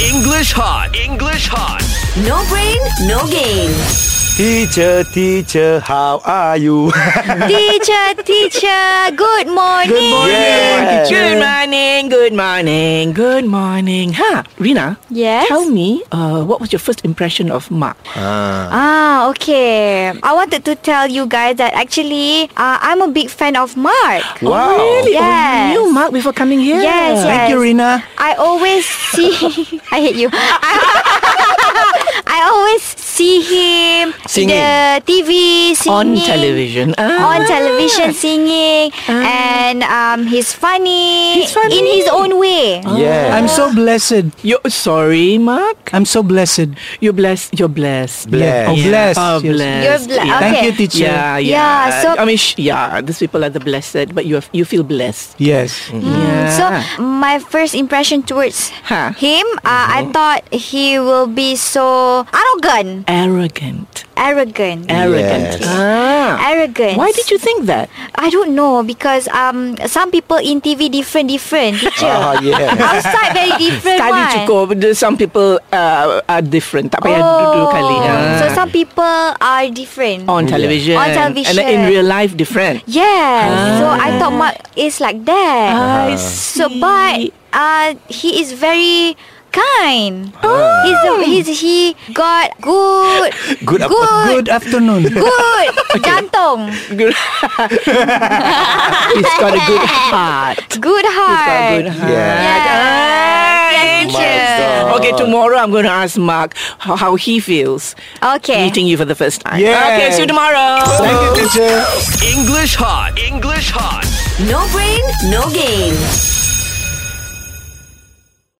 English hot. English hot. No brain, no game. Teacher, teacher, how are you? Teacher, teacher, good morning. Good Yeah. Good morning, good morning, good morning. Huh, Rina? Yes? Tell me, uh, what was your first impression of Mark? Ah, okay. I wanted to tell you guys that actually, uh, I'm a big fan of Mark. Wow. Really? Oh, Yes. you knew Mark before coming here? Yes, yes. Thank you, Rina. I always see. I hate you. I, I always see him Singing. the TV On singing. television. Ah. On television singing and um, he's funny, He's funny. in his own way. Yeah. I'm so blessed. You're sorry, Mark. I'm so blessed. You're blessed. You're blessed. Blessed. Oh, blessed. Oh, Yes. blessed. You're bl- yeah. okay. Thank you, teacher. Yeah, yeah. Yeah, so- I mean, sh- yeah. These people are the blessed, but you have, you feel blessed. Yes. Yeah. Mm, So my first impression towards Huh. Uh-huh. him, uh, I thought he will be so arrogant, arrogant, arrogant, Yes. arrogant. Ah. arrogant. Uh, Why did you think that? I don't know because um some people in TV different different teacher. Ah, yeah. Outside very different Kali one. cukup. There's Some people uh, are different. Tak payah dua kali. Ah. Oh. So some people are different. on television. On television. And then in real life, different. Yes. So Ah. I thought Mark is like that. I So but uh he is very kind. He's, a, he's he got good Good apa? good Good afternoon. good jantung. He's got a good heart. Good He's got a good heart. heart. Yeah. Yes, My God. Okay, tomorrow I'm going to ask Mark how, how he feels Okay. meeting you for the first time. Yes. Okay, see you tomorrow. Thank you, teacher. English hot. English hot. No brain, no game.